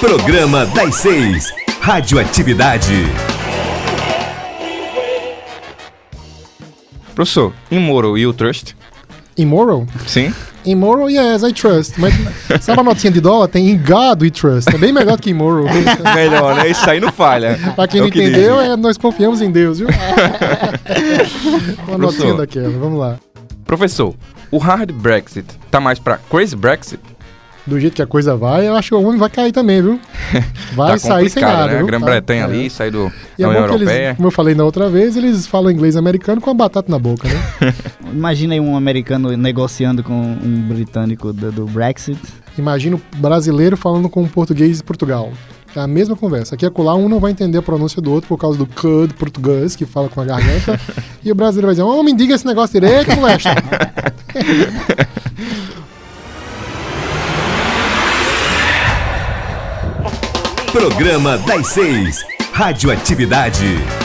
Programa das seis. Radioatividade. Professor, Immoral e o Trust? Immoral? Sim? Immoral, yes, I trust. Mas sabe a notinha de dólar? Tem em God we trust. É bem melhor que immoral. Melhor, né? Isso aí não falha. pra quem É não o que entendeu, dizem. é, nós confiamos em Deus, viu? Uma notinha Professor. daquela, vamos lá. é- Professor, o Hard Brexit tá mais pra Crazy Brexit? Do jeito que a coisa vai, eu acho que o homem vai cair também, viu? Vai tá sair sem complicado, nada. né? viu? A Grã-Bretanha Tá- ali, sair do, E da é União bom que eles, Europeia. como eu falei na outra vez, eles falam inglês americano com a batata na boca, né? Imagina aí um americano negociando com um britânico do, do Brexit. Imagina o brasileiro falando com o português de Portugal. É a mesma conversa. Aqui e acolá, um não vai entender a pronúncia do outro por causa do cud português, que fala com a garganta. e o brasileiro vai dizer, ô, me diga esse negócio direito, moleque. Programa das seis. Radioatividade.